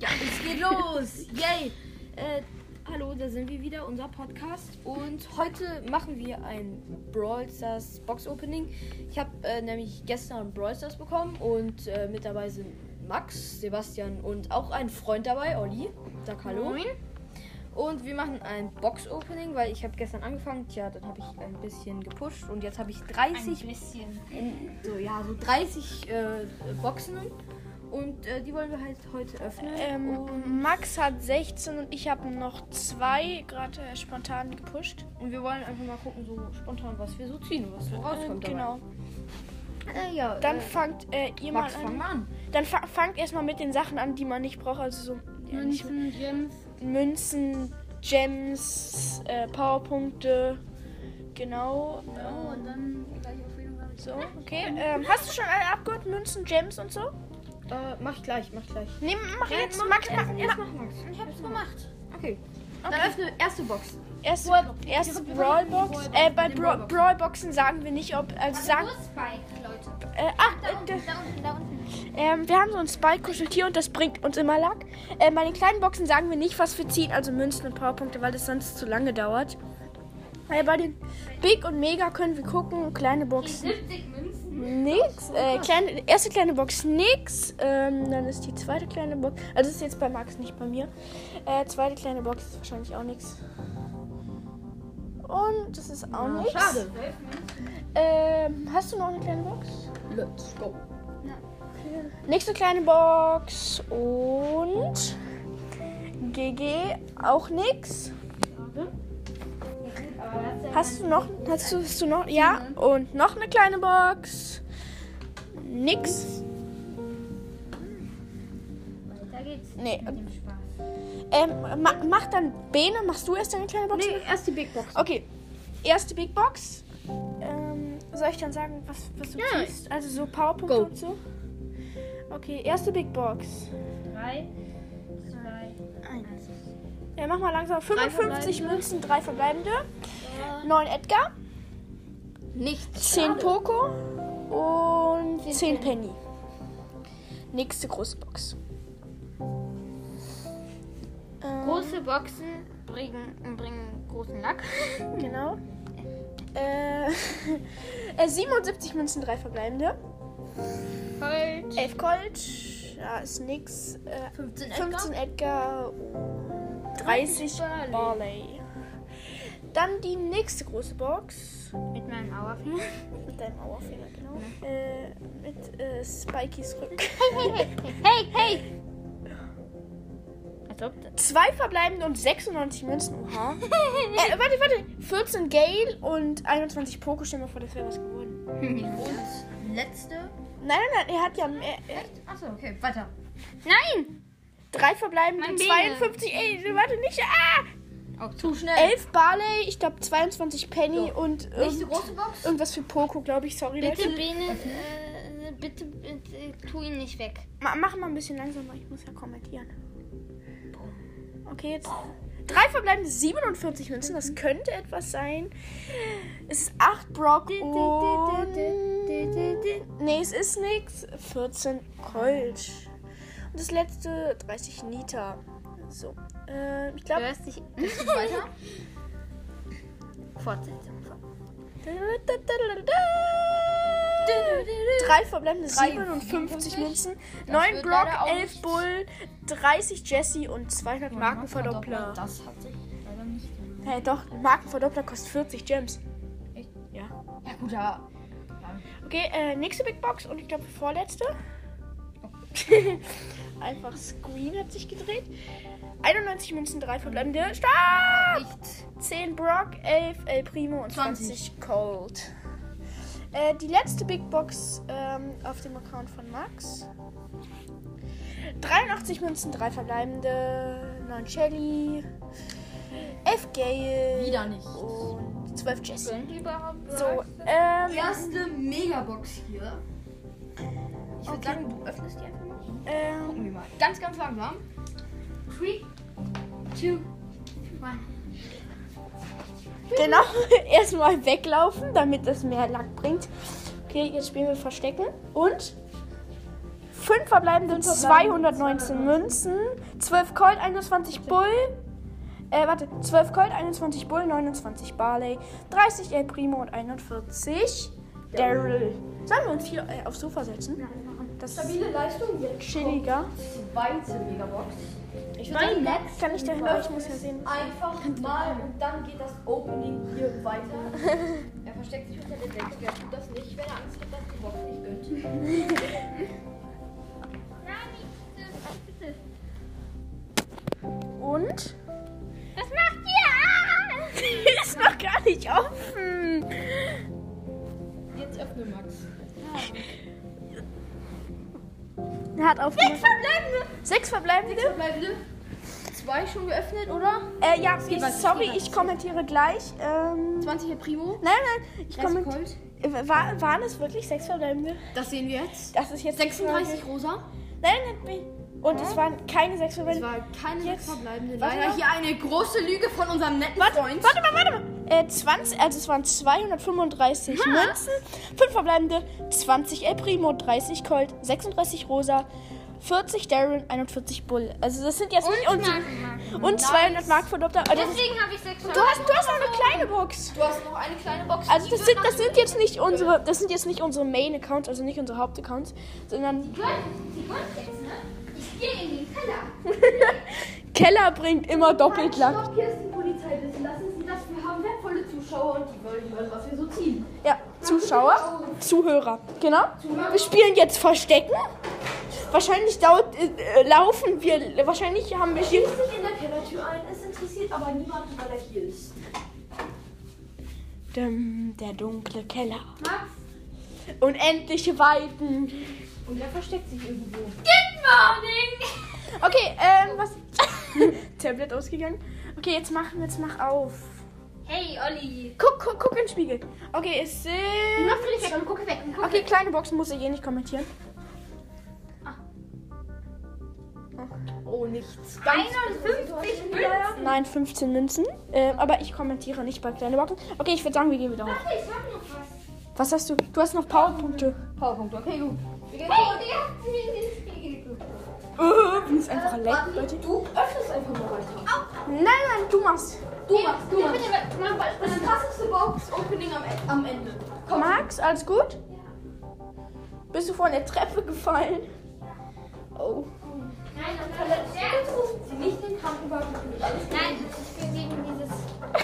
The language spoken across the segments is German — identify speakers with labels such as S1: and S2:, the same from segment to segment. S1: Ja, es geht los. Yay. Äh, hallo, da sind wir wieder, unser Podcast. Und heute machen wir ein Brawl Stars Box Opening. Ich habe äh, nämlich gestern Brawl Stars bekommen und äh, mit dabei sind Max, Sebastian und auch ein Freund dabei, Olli. Sag hallo. Und wir machen ein Box Opening, weil ich habe gestern angefangen. Tja, dann habe ich ein bisschen gepusht und jetzt habe ich
S2: Ein
S1: 30
S2: bisschen.
S1: in, so ja so 30 äh, Boxen und äh, die wollen wir halt heute öffnen.
S3: Ähm,
S1: und,
S3: Max hat 16 und ich habe noch zwei gerade äh, spontan gepusht.
S1: und wir wollen einfach mal gucken so spontan was wir so ziehen, was so
S3: Äh,
S1: rauskommt.
S3: genau.
S1: Dabei. Äh, ja,
S3: Dann
S1: äh,
S3: fangt äh, ihr
S1: Max,
S3: mal
S1: fang
S3: an.
S1: mal an.
S3: Dann fa fangt erstmal mit den Sachen an, die man nicht braucht. Also so ja, nicht-
S2: Münzen, Gems.
S3: Münzen, Gems, äh, Powerpunkte. Genau.
S2: Oh,
S3: äh,
S2: und dann gleich auf jeden Fall.
S3: so, okay. Ähm, hast du schon alle abgehört? Münzen, Gems und so?
S1: Äh, mach ich gleich, mach ich gleich.
S3: Nee, mach
S2: Ja,
S3: jetzt.
S2: mach
S3: Max,
S2: erst-
S3: mach.
S1: Erst mach Max.
S2: Ich hab's gemacht.
S1: Okay. Oh, Dann
S3: Okay.
S1: öffne erste Box.
S3: Erste,
S2: Brawlbox.
S3: erste
S2: Wir
S3: Brawlbox.
S2: wollen-
S3: Äh, bei
S1: den
S3: Bra
S1: Brawlboxen.
S3: Brawlboxen sagen wir nicht, ob. Also sagen.
S2: nur Spike, Leute.
S3: Äh, ach,
S2: Da
S3: äh,
S2: unten, da unten, da unten.
S3: Ähm, wir haben so ein Spike-Kuscheltier und das bringt uns immer Lack. Äh, bei den kleinen Boxen sagen wir nicht, was wir ziehen, also Münzen und Powerpunkte, weil das sonst zu lange dauert. Äh, bei den Big und Mega können wir gucken, kleine Boxen
S2: 70 Münzen.
S3: nix. Äh, kleine, erste kleine Box nix. Ähm, dann ist die zweite kleine Box. Also das ist jetzt bei Max, nicht bei mir. Äh, zweite kleine Box ist wahrscheinlich auch nix. Und das ist auch
S1: Na,
S3: nix.
S1: Ah, schade.
S3: Ähm, hast du noch eine kleine Box?
S1: Let's go.
S3: Nächste kleine Box und GG auch nix. Hast du noch? Hast du, hast du noch? Ja. Und noch eine kleine Box. Nix.
S2: Weiter geht's.
S3: Nee.
S2: Mit dem Spaß.
S3: Ähm, ma, mach dann Bene. Machst du erst deine kleine Box?
S1: Nee, erst die Big Box.
S3: Okay. Erste Big Box. Ähm, soll ich dann sagen, was, was du
S1: Ja.
S3: ziehst? Also so Powerpunkte
S1: Go.
S3: und so. Okay, erste Big Box.
S2: 3, 2, 1.
S3: Ja, mach mal langsam. 55
S1: verbleibende.
S3: Münzen, drei verbleibende. 9 Edgar.
S1: Nichts.
S3: 10 Poco und 10 Penny. Nächste große Box. Ähm,
S4: Große Boxen bringen, bringen großen Lack.
S3: Genau. Äh, äh, 77 Münzen, 3 verbleibende.
S4: Gold.
S3: 11 Gold. Ja, ist nix. Äh,
S1: 15
S3: 15 Edgar und 30 Barley. Dann die nächste große Box.
S4: Mit meinem Auerfinger.
S3: Mit deinem Auerfinger, genau. Äh, mit äh, Spikys Rücken.
S4: Hey, hey! Als ob das.
S3: Zwei verbleibende und 96 Münzen. Oha. äh, warte, warte. 14 Gale und 21 Poco. Stell dir mal vor, das wäre was geworden.
S1: Und letzte.
S3: Nein, nein, nein. Er hat ja mehr. Äh,
S1: Achso, okay, weiter.
S4: Nein!
S3: drei verbleibende
S4: Mein
S3: und
S4: Bene.
S3: 52. Ey, warte, nicht. Ah!
S1: Auch zu schnell.
S3: 11 Barley, ich glaube 22 Penny und
S1: Nächste
S3: irgend,
S1: große Box.
S3: irgendwas für Poco, glaube ich. Sorry,
S4: Bitte,
S3: Leute.
S4: Bene, äh, bitte, bitte, äh, tu ihn nicht weg.
S3: Ma mach mal ein bisschen langsamer. Ich muss ja kommentieren. Okay, jetzt. Drei verbleibende 47 Münzen.
S4: Mhm.
S3: Das könnte etwas sein. Es ist 8 Brock und... Nee, es ist nix. 14 Colt. Und das letzte 30 Nita. So. Ähm, ich
S4: Du
S3: glaube.
S4: hörst dich. Fortsetzung.
S3: Drei verbleibende
S1: Drei
S3: 57 Münzen.
S1: Das
S3: 9
S1: wird
S3: Brock,
S1: leider auch
S3: 11
S1: nicht-
S3: Bull, 30 Jesse und 200 Markenverdoppler.
S1: Das hat sich leider nicht gelohnt.
S3: Hä, doch, Markenverdoppler kostet 40 Gems.
S1: Ja, gut, ja.
S3: Okay, äh, nächste Big Box und ich glaube vorletzte. Einfach Screen hat sich gedreht. 91 Münzen, 3 verbleibende. Start!
S1: Nichts.
S3: 10 Brock, 11 El Primo und 20, Cold. Äh, die letzte Big Box ähm, auf dem Account von Max. 83 Münzen, 3 verbleibende, 9 Shelly, 11 Gale
S1: Wieder nicht.
S3: und 12 Jessie.
S4: Sind die überhaupt
S3: So, ähm,
S1: Erste Megabox hier. Ich würde sagen, du öffnest die einfach mal.
S3: ähm,
S1: Gucken wir mal. Ganz, ganz langsam.
S4: 3, 2, 1.
S3: Genau, erstmal weglaufen, damit das mehr Lack bringt. Okay, jetzt spielen wir Verstecken. Und 5 fünf verbleibende 219 Münzen, 12 Colt, 21 Bull. Äh, warte, 12 Colt, 21 Bull, 29 Barley, 30 El Primo und 41 Daryl. Sollen wir uns hier äh, aufs Sofa setzen? Das ist
S1: Stabile Leistung, jetzt
S3: chilliger.
S1: zweite Megabox.
S3: Ich würde sagen, kann ich da hin? Ich muss ja sehen.
S1: Einfach mal und dann geht das Opening hier weiter. er versteckt sich unter der Decke. Er tut das nicht, wenn er Angst hat, dass die Box nicht gönnt.
S2: Nein, nicht bitte.
S3: Und?
S2: Was macht ihr?
S3: Die ist noch gar nicht offen.
S1: Jetzt öffne Max.
S3: Er hat auf Sechs verbleibende. Sechs verbleibende?
S1: Verbleibende zwei schon geöffnet, oder?
S3: Äh, ja, ich,
S1: weiter,
S3: sorry,
S1: es geht
S3: ich kommentiere gleich. Ähm,
S1: 20 Herr Primo.
S3: nein, nein, ich
S1: 30
S3: kommentiere.
S1: Gold.
S3: War, waren es wirklich sechs verbleibende?
S1: Das sehen wir jetzt.
S3: Das ist jetzt die Frage.
S1: 36 rosa.
S3: Nein, nein, nein. Und es waren keine sechs
S1: Es
S3: verbleibende.
S1: war keine
S3: Jetzt.
S1: verbleibende.
S3: Warte
S1: Leider
S3: mal.
S1: hier eine große Lüge von unserem netten
S3: Warte,
S1: Freund.
S3: warte mal, warte mal. Äh, 20, also es waren 235 Münzen, 5 verbleibende, 20 El Primo, 30 Colt, 36 Rosa, 40 Darren, 41 Bull. Also das sind jetzt nicht
S2: Und
S3: unsere-
S2: Marken.
S3: und 200 Mark für Doppler. Also das ist,
S2: Deswegen habe ich sechs
S3: du, hast, du hast noch eine kleine Box.
S1: Du hast noch eine kleine Box.
S3: Also das sind, das sind jetzt nicht unsere, das sind jetzt nicht unsere Main-Accounts, also nicht unsere Hauptaccounts, sondern
S2: Die Gold jetzt, ne? Ich gehe in den Keller.
S3: Keller bringt immer doppelt lang.
S1: Stopp, hier ist die Polizei. Wissen lassen Sie das. Wir haben wertvolle Zuschauer und die wollen hören, was wir so ziehen.
S3: Ja, Zuschauer, Zuhörer. Genau. Wir spielen jetzt Verstecken. Wahrscheinlich dauert, äh, äh, laufen wir. Wahrscheinlich haben wir hier.
S1: Schließt sich in der Kellertür ein. Es interessiert aber niemanden, weil er hier ist.
S3: Dum, der dunkle Keller.
S2: Max,
S3: Unendliche Weiten.
S1: Und er versteckt sich irgendwo.
S2: good morning.
S3: Okay, ähm, was. Tablet ausgegangen. Okay, jetzt machen wir, jetzt mach auf.
S2: Hey, Olli.
S3: Guck, guck, guck in den Spiegel. Okay, es sind.
S2: Mach dich weg und guck weg und guck
S3: Okay, kleine Boxen muss ich eh nicht kommentieren.
S1: Ah. Oh, nichts.
S2: 51 Münzen.
S3: Nein, 15 Münzen. Ähm, aber ich kommentiere nicht bei kleine Boxen. Okay, ich würde sagen, wir gehen wieder hoch.
S2: Ich hab noch was.
S3: Was hast du? Du hast noch Powerpunkte.
S1: Powerpunkt, okay, gut.
S2: Hey, die hat mir in den Spiegel geguckt.
S3: Äh, Wie es einfach leckt, Leute.
S1: Du öffnest einfach mal weiter.
S3: Nein, nein, du machst.
S1: Du machst, du machst.
S2: Mach mal.
S1: Das krasseste Box-Opening am, E- am Ende. Komm,
S3: Max, alles gut? Bist du von der Treppe gefallen? Oh.
S2: Nein, das war sehr gut.
S1: sie nicht den Krankenwagen. für mich. Alles
S2: Nein, ich bin gegen dieses.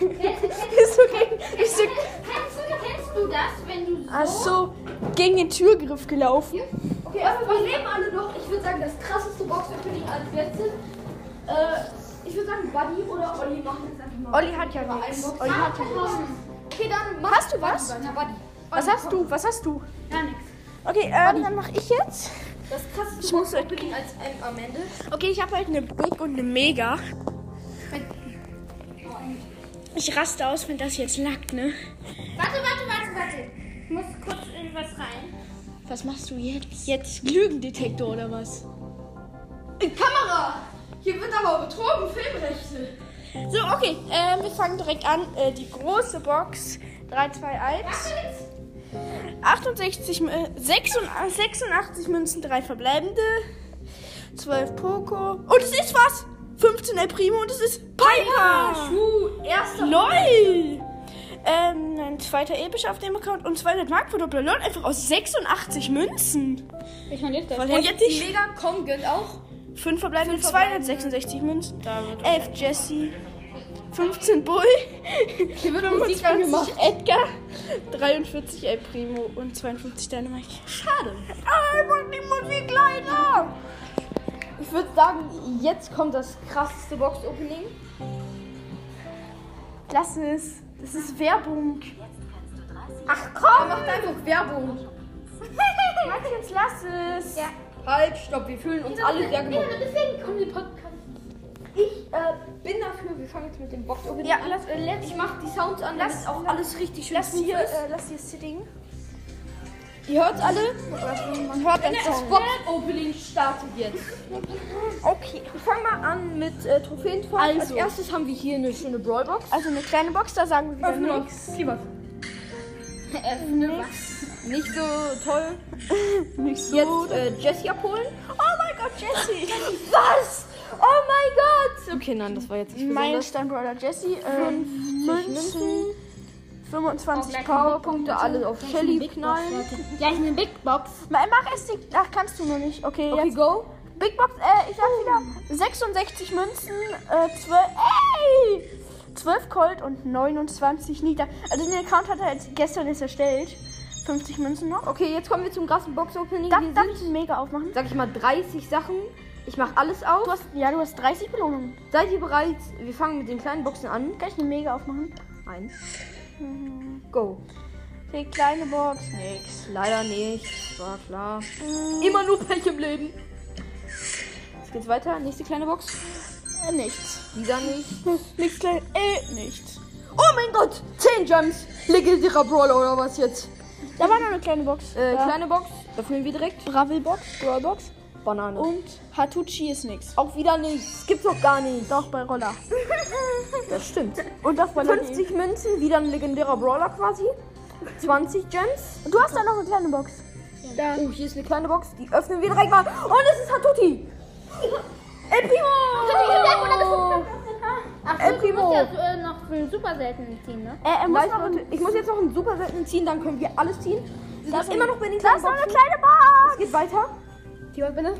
S2: Kennst, kennst,
S3: Bist du gegen, bist du,
S2: kennst, du, kennst du das, wenn du so.
S3: ach so, gegen den Türgriff gelaufen?
S1: Okay, also wir leben alle noch. Ich würde sagen, das krasseste Box-Opening als letztes. Äh, ich würde sagen, Buddy oder Olli machen jetzt einfach mal.
S3: Olli hat ja
S1: Mal
S3: nichts.
S1: einen Box-
S3: Olli hat ja
S1: Okay, dann mach
S3: Hast du was?
S1: Na, Buddy.
S3: Was hast du? Was hast du?
S2: Gar nichts.
S3: Okay, ähm, dann mache ich jetzt.
S1: Das krasseste
S3: Ich muss-
S1: Box-Opening als ähm, am Ende.
S3: Okay, ich habe halt eine Big und eine Mega. Ich raste aus, wenn das jetzt lackt, ne?
S2: Warte, warte, warte, warte. Ich muss kurz in was rein.
S3: Was machst du jetzt? Jetzt Lügendetektor oder was?
S1: Kamera! Hier wird aber betrogen, Filmrechte.
S3: So, okay, äh, wir fangen direkt an. Äh, die große Box. 3, 2, 1. 68, Mü- äh, 86, 86 Münzen, 3 verbleibende. 12 Poco. Und es ist was? 15 El Primo und es ist Piper!
S1: Puh, erster.
S3: LOL! Ähm, ein zweiter epischer auf dem Account und 200 Mark für Doppler LOL einfach aus 86 Münzen.
S4: Ich meine, jetzt das.
S3: Und
S1: Und
S3: jetzt
S1: jetzt die
S3: die
S1: Mega Com gönnt auch.
S3: 5 verbleibende 266 Münzen. 11 Jesse. 15 Bull.
S1: Hier wird Musik
S3: 25
S1: angemacht.
S3: Edgar, 43 El Primo und 52 Dynamite.
S1: Schade.
S3: Ah, ich wollte die Musik leider!
S1: Ich würde sagen, jetzt kommt das krasseste Box-Opening.
S3: Lass es. Das ist Werbung.
S1: Ach komm! Er macht einfach Werbung.
S3: Max, jetzt lass es.
S2: Ja.
S1: Halt, stopp, wir fühlen uns alle genau.
S2: Ja,
S1: sehr gemobbt.
S2: deswegen kommen die Podcasts.
S1: Ich äh, bin dafür, wir fangen jetzt mit dem Box-Opening
S3: Ja,
S1: an.
S3: lass, äh, lass,
S1: Ich mach die Sounds an,
S3: Lass-
S1: damit auch alles richtig schön
S3: lass
S1: smooth
S3: hier,
S1: ist.
S3: äh, lass hier sitting.
S1: Ihr hört's alle?
S3: Man hört den
S1: Das
S3: Song.
S1: Box-Opening startet jetzt.
S3: Okay.
S1: Wir fangen mal an mit äh, Trophäenfahrt.
S3: Also.
S1: Als erstes haben wir hier eine schöne Brawlbox. Also
S3: Also eine kleine Box, da sagen wir wieder nichts.
S1: Öffne was. nicht so toll.
S3: Nicht so.
S1: Jetzt äh, Jessie abholen.
S3: oh mein Gott, Jesse!
S1: Was? Oh mein Gott! Okay, nein, das war jetzt nicht besonders.
S3: Meilenstein Brother
S1: äh,
S3: Jesse. Ähm, Münzen.
S1: Oh,
S3: 25
S1: Powerpunkte alle auf Shelly knallen.
S4: Gleich eine Big Box.
S3: Ma- Mach es nicht. Ach, kannst du noch nicht. Okay,
S1: Okay,
S3: jetzt.
S1: go.
S3: Big Box, äh, ich sag wieder 66 Münzen, äh, 12. Ey! 12 Gold und 29 Nieder. Also den Account hat er jetzt gestern erst erstellt. 50 Münzen noch.
S1: Okay, jetzt kommen wir zum krassen Box-Opening.
S3: Darf,
S1: Wir
S3: darf
S1: sind,
S3: ich den Mega aufmachen?
S1: sag ich mal, 30 Sachen. Ich mach alles
S3: Du
S1: auf.
S3: hast, ja, du hast 30 Belohnungen.
S1: Seid ihr bereit? Wir fangen mit den kleinen Boxen an.
S3: Kann ich den Mega aufmachen?
S1: Eins. Go.
S3: Die kleine Box, nix.
S1: Leider nicht. War klar. Immer nur Pech im Leben. Jetzt geht's weiter. Nächste kleine Box.
S3: Äh, nichts.
S1: Dieser nicht.
S3: Nichts klein. Äh, nichts.
S1: Oh mein Gott! 10 Jumps! Legendärer Brawler oder was jetzt?
S3: Da war noch eine kleine Box.
S1: Äh,
S3: ja.
S1: kleine Box. Öffnen wir direkt.
S3: Bravelbox, Brawlbox
S1: Banane.
S3: und Hatuchi ist nix.
S1: auch wieder nichts. Gibt's doch gar nicht.
S3: Doch bei Roller.
S1: Das stimmt.
S3: Und auf Ballon.
S1: 50 Münzen, wieder ein legendärer Brawler quasi. 20 Gems.
S3: Du hast da noch eine kleine Box. Da.
S1: Oh, hier ist eine kleine Box. Die öffnen wir direkt mal. Und es ist Hatuti. El Primo!
S4: Ach
S1: Äh,
S4: so, du
S1: Primo.
S4: musst ja äh, noch für einen super seltenen ziehen, ne?
S3: Äh, er muss
S1: Live
S3: noch
S1: Leute, ich muss jetzt noch einen super seltenen ziehen, dann können wir alles ziehen. Wir
S3: Das
S1: sind immer noch bei den
S3: Da
S1: kleinen
S3: ist noch eine
S1: Boxen.
S3: kleine
S1: Es
S3: Box.
S1: geht weiter. Jemand bitte?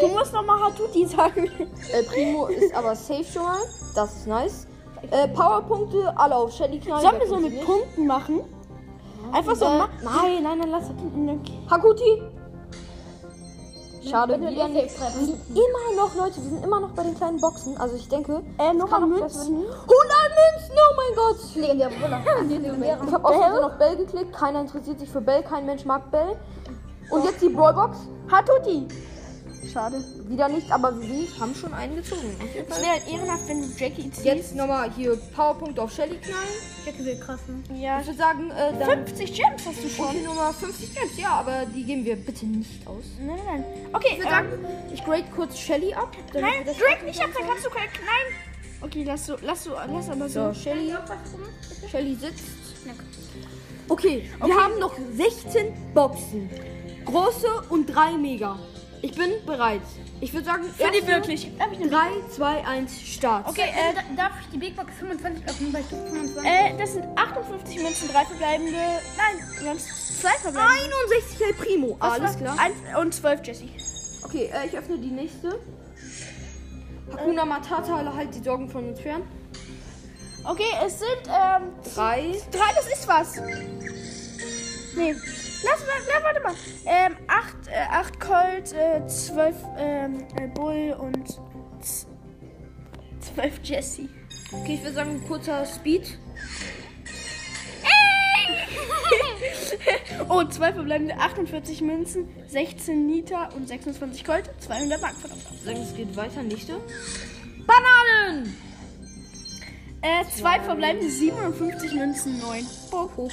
S3: Du musst noch mal Hatuti sagen.
S1: El Primo ist aber safe schon mal. Das ist nice. Äh, Powerpunkte, alle auf Shelly knallen.
S3: Sollen
S1: Wer
S3: wir so
S1: kommt
S3: mit
S1: nicht?
S3: Punkten machen? Einfach so.
S1: Äh,
S3: ma-
S1: nein, nein, nein, lass das.
S3: Okay.
S1: Hakuti! Schade, wieder nicht. Wir sind immer noch, Leute, wir sind immer noch bei den kleinen Boxen. Also ich denke,
S3: Äh, noch mal
S1: kann auch das
S3: Münzen.
S1: 100 Münzen, oh mein Gott! Ich habe auch schon auf Bell geklickt, keiner interessiert sich für Bell, kein Mensch mag Bell. Und jetzt die Brawlbox,
S3: Hatuti. Schade.
S1: wieder nicht, aber wir haben schon einen gezogen.
S3: Es wäre halt ehrenhaft, wenn du Jackie ziehst.
S1: Jetzt nochmal hier Powerpunkte auf Shelly knallen.
S4: Jacke will krassen.
S3: Ja.
S1: Ich würde sagen, äh, dann
S3: 50 Gems hast du schon.
S1: okay, Nummer 50 Gems, ja, aber die geben wir bitte nicht aus.
S3: Nein, nein, nein. Okay, ähm,
S1: Ich würde sagen, Mhm. ich grade kurz Shelly ab. damit wir
S3: Nein,
S1: das
S3: Drake nicht ab, dann kannst du kein. äh, Nein! Okay, lass so, lass so, lass aber so.
S1: So, Shelly. Shelly sitzt.
S4: Ja.
S1: Okay, wir haben noch 16 Boxen. Große und drei Mega. Ich bin bereit. Ich würde sagen,
S3: Für die wirklich. Darf ich eine
S1: 3, 2, 1, Start.
S3: Okay,
S4: Äh,
S3: äh,
S4: da- darf ich die Big Box 25 öffnen? Bei Stufe 25?
S3: äh, das sind 58 Münzen, drei verbleibende. Nein, wir haben zwei verbleibende.
S1: 61 El Primo.
S3: Das
S1: Alles
S3: war
S1: klar.
S3: Ein, und 12 Jesse.
S1: Okay, äh, ich öffne die nächste. Hakuna Matata, halt die Sorgen von uns fern.
S3: Okay, es sind, ähm,
S1: 3,
S3: drei, das ist was. Nee. Lass mal, na, warte mal. Ähm, acht, äh, acht Colt, äh, zwölf, ähm, äh, Bull und z- zwölf Jesse.
S1: okay, ich würde sagen, kurzer Speed.
S3: Oh, zwei verbleibende 48 Münzen, 16 Nita und 26 Gold, 200 Mark. Verdammt.
S1: Ich würde sagen, es geht weiter, nächste.
S3: Bananen! Äh, zwei verbleibende 57 Münzen, 9.
S1: Poco.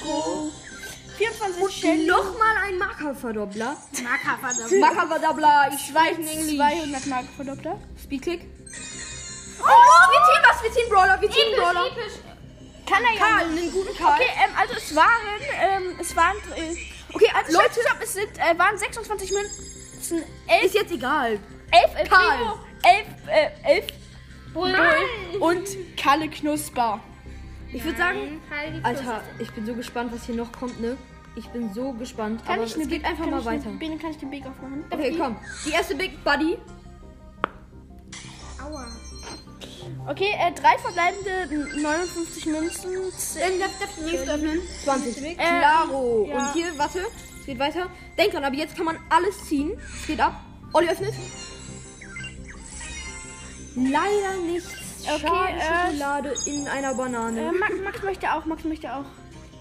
S3: 24 Shelly,
S1: Nochmal ein Markerverdoppler.
S4: Markerverdoppler.
S1: Markerverdoppler, ich schweife nicht.
S3: 200 Mark verdoppelt.
S1: Speedclick. Oh, wir ziehen was, wir ziehen Brawler, wir ziehen Brawler.
S3: Kann er ja.
S1: Karl, einen guten Karl.
S3: Okay, ähm, also es waren, ähm, es waren, äh,
S1: Okay,
S3: also Leute, stopp, es sind, äh, waren 26 Münzen, 11,
S1: ist jetzt egal.
S3: 11, äh,
S1: Karl.
S3: Primo, 11, äh, 11 Bull und Kalle Knusper.
S1: Ich würde sagen,
S4: Alter.
S1: Alter, ich bin so gespannt, was hier noch kommt, ne? Ich bin so gespannt.
S3: Kann
S1: aber
S3: ich
S1: es
S3: eine
S1: geht
S3: Big,
S1: einfach
S3: kann
S1: mal
S3: ich eine-
S1: weiter.
S3: Bene, kann ich den Big aufmachen?
S1: Okay, komm. Die erste Big Buddy.
S4: Aua.
S3: Okay, äh, drei verbleibende 59 Münzen.
S1: Ähm,
S4: Dann darf darf die nächste öffnen.
S1: 20.
S4: Big?
S1: Claro.
S3: ja.
S1: Und hier, warte. Es geht weiter. Denk dran, aber jetzt kann man alles ziehen. Es geht ab. Olli öffnet. Leider nichts.
S3: Okay,
S1: Schade,
S3: äh,
S1: Schokolade in einer Banane.
S3: Äh, Max, Max möchte auch, Max möchte auch.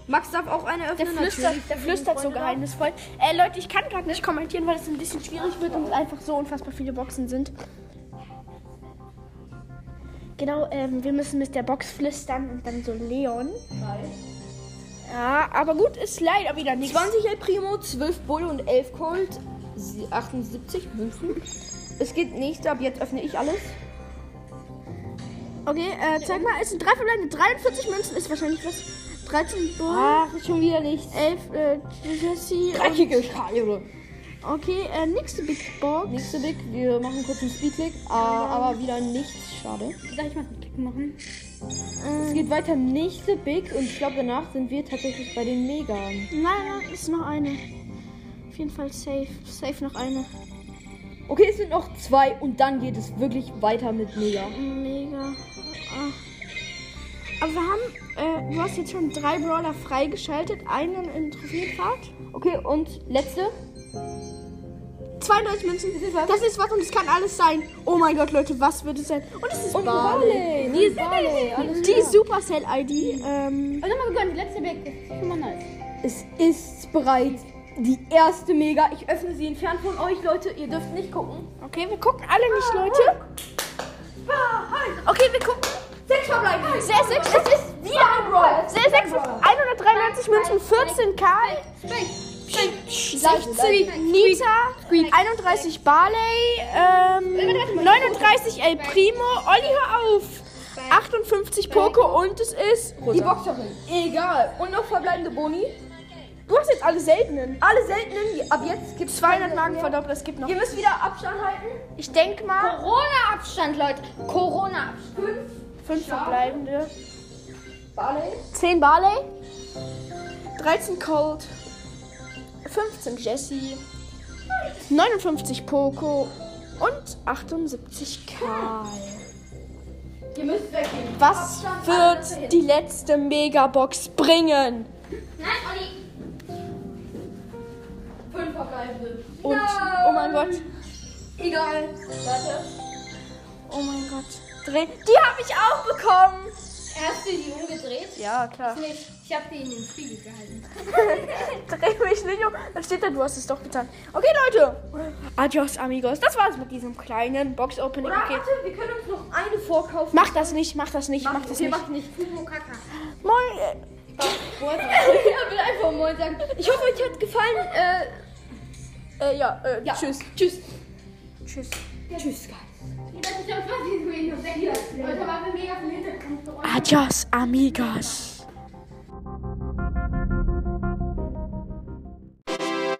S1: Max darf auch eine
S3: Der
S1: öffnen.
S3: flüstert,
S1: natürlich.
S3: der flüstert so geheimnisvoll. Äh, Leute, ich kann gerade nicht kommentieren, weil es ein bisschen schwierig wird und es einfach so unfassbar viele Boxen sind. Genau, ähm, wir müssen mit der Box flüstern und dann so Leon. Ja, aber gut, ist leider wieder nichts.
S1: 20 El Primo, 12 Bull und 11 Colt. Sie- 78 Münzen. Es geht nächste, ab jetzt öffne ich alles.
S3: Okay, äh, zeig mal, es sind drei verbleibende 43 Münzen, ist wahrscheinlich was. 13 Bull,
S1: Ach, schon wieder nichts.
S3: 11 äh, Jesse.
S1: Dreckige Scheibe.
S3: Okay, äh, nächste Big Box.
S1: Nächste Blick, wir machen kurz einen Speedclick, äh, aber wieder nichts, schade.
S2: Soll ich mal einen Klick machen?
S1: Es geht weiter, nächste Big und ich glaube danach sind wir tatsächlich bei den Mega.
S3: Nein, nein, ist noch eine. Auf jeden Fall safe. Safe noch eine.
S1: Okay, es sind noch zwei und dann geht es wirklich weiter mit Mega.
S3: Mega. Ach. Aber wir haben, äh, du hast jetzt schon drei Brawler freigeschaltet. Einen im Trophäenpfad.
S1: Okay, und letzte.
S3: 92 Münzen. Das ist was und es kann alles sein. Oh mein Gott, Leute, was wird es sein? Und es ist
S1: Und
S3: Barley.
S1: Barley. Die ist Barley. Alles
S3: Die
S1: klar.
S3: Supercell-ID. Ähm,
S2: Also mal begonnen, die letzte Weg ist schon mal nice.
S1: Es ist bereits die erste Mega. Ich öffne sie entfernt von euch, Leute. Ihr dürft nicht gucken.
S3: okay, wir gucken alle nicht, Leute. Okay, wir gucken.
S1: Sechs verbleiben.
S3: Sehr, sechs. Es ist wieder ein Roll. Sehr, sechs. 193 Münzen, 14k. 60 Nita, 31 Barley, ähm, 39 El Primo. Olli, hör auf. 58 Poco und es ist.
S1: Die Boxerin. Egal. Und noch verbleibende Boni.
S3: Du hast jetzt alle seltenen.
S1: Alle seltenen. die- Ab jetzt gibt es
S3: 200 Marken verdoppelt, es gibt noch.
S1: Ihr müsst wieder Abstand halten.
S3: Ich denke mal,
S4: Corona-Abstand, Leute. Corona-Abstand.
S1: Fünf.
S3: 5 verbleibende.
S1: Barley.
S3: 10 Barley, 13 Cold, 15 Jessie, 59 Poco und 78 Karl.
S1: Ihr müsst weggehen.
S3: Was
S1: Abstand, alles dahin.
S3: wird die letzte Megabox bringen?
S4: Nein, Olli.
S1: Fünf verbleibende.
S3: Und oh mein Gott,
S1: Egal. Warte.
S3: oh mein Gott. Dreh. Die habe ich auch bekommen.
S4: Hast du die umgedreht?
S3: Ja, klar.
S4: Ich habe die in den Spiegel gehalten.
S3: Dreh mich nicht um. Da steht da, du hast es doch getan. Okay, Leute. Adios, amigos. Das war's mit diesem kleinen Box-Opening.
S1: Oder
S3: Okay.
S1: warte, wir können uns noch eine vorkaufen.
S3: Mach das nicht, mach das nicht, mach das
S1: okay,
S3: nicht.
S1: macht nicht.
S3: Moin. äh,
S1: er will einfach Moin sagen. Ich hoffe, euch hat gefallen. Äh,
S3: Äh, ja, äh,
S1: ja.
S3: tschüss.
S1: Tschüss.
S3: Tschüss.
S1: Tschüss, guys.
S2: Ich weiß nicht, ob was ich so in der Weg hier. Leute, war mir mega viel Hintergrund für euch.
S3: Adios, amigos.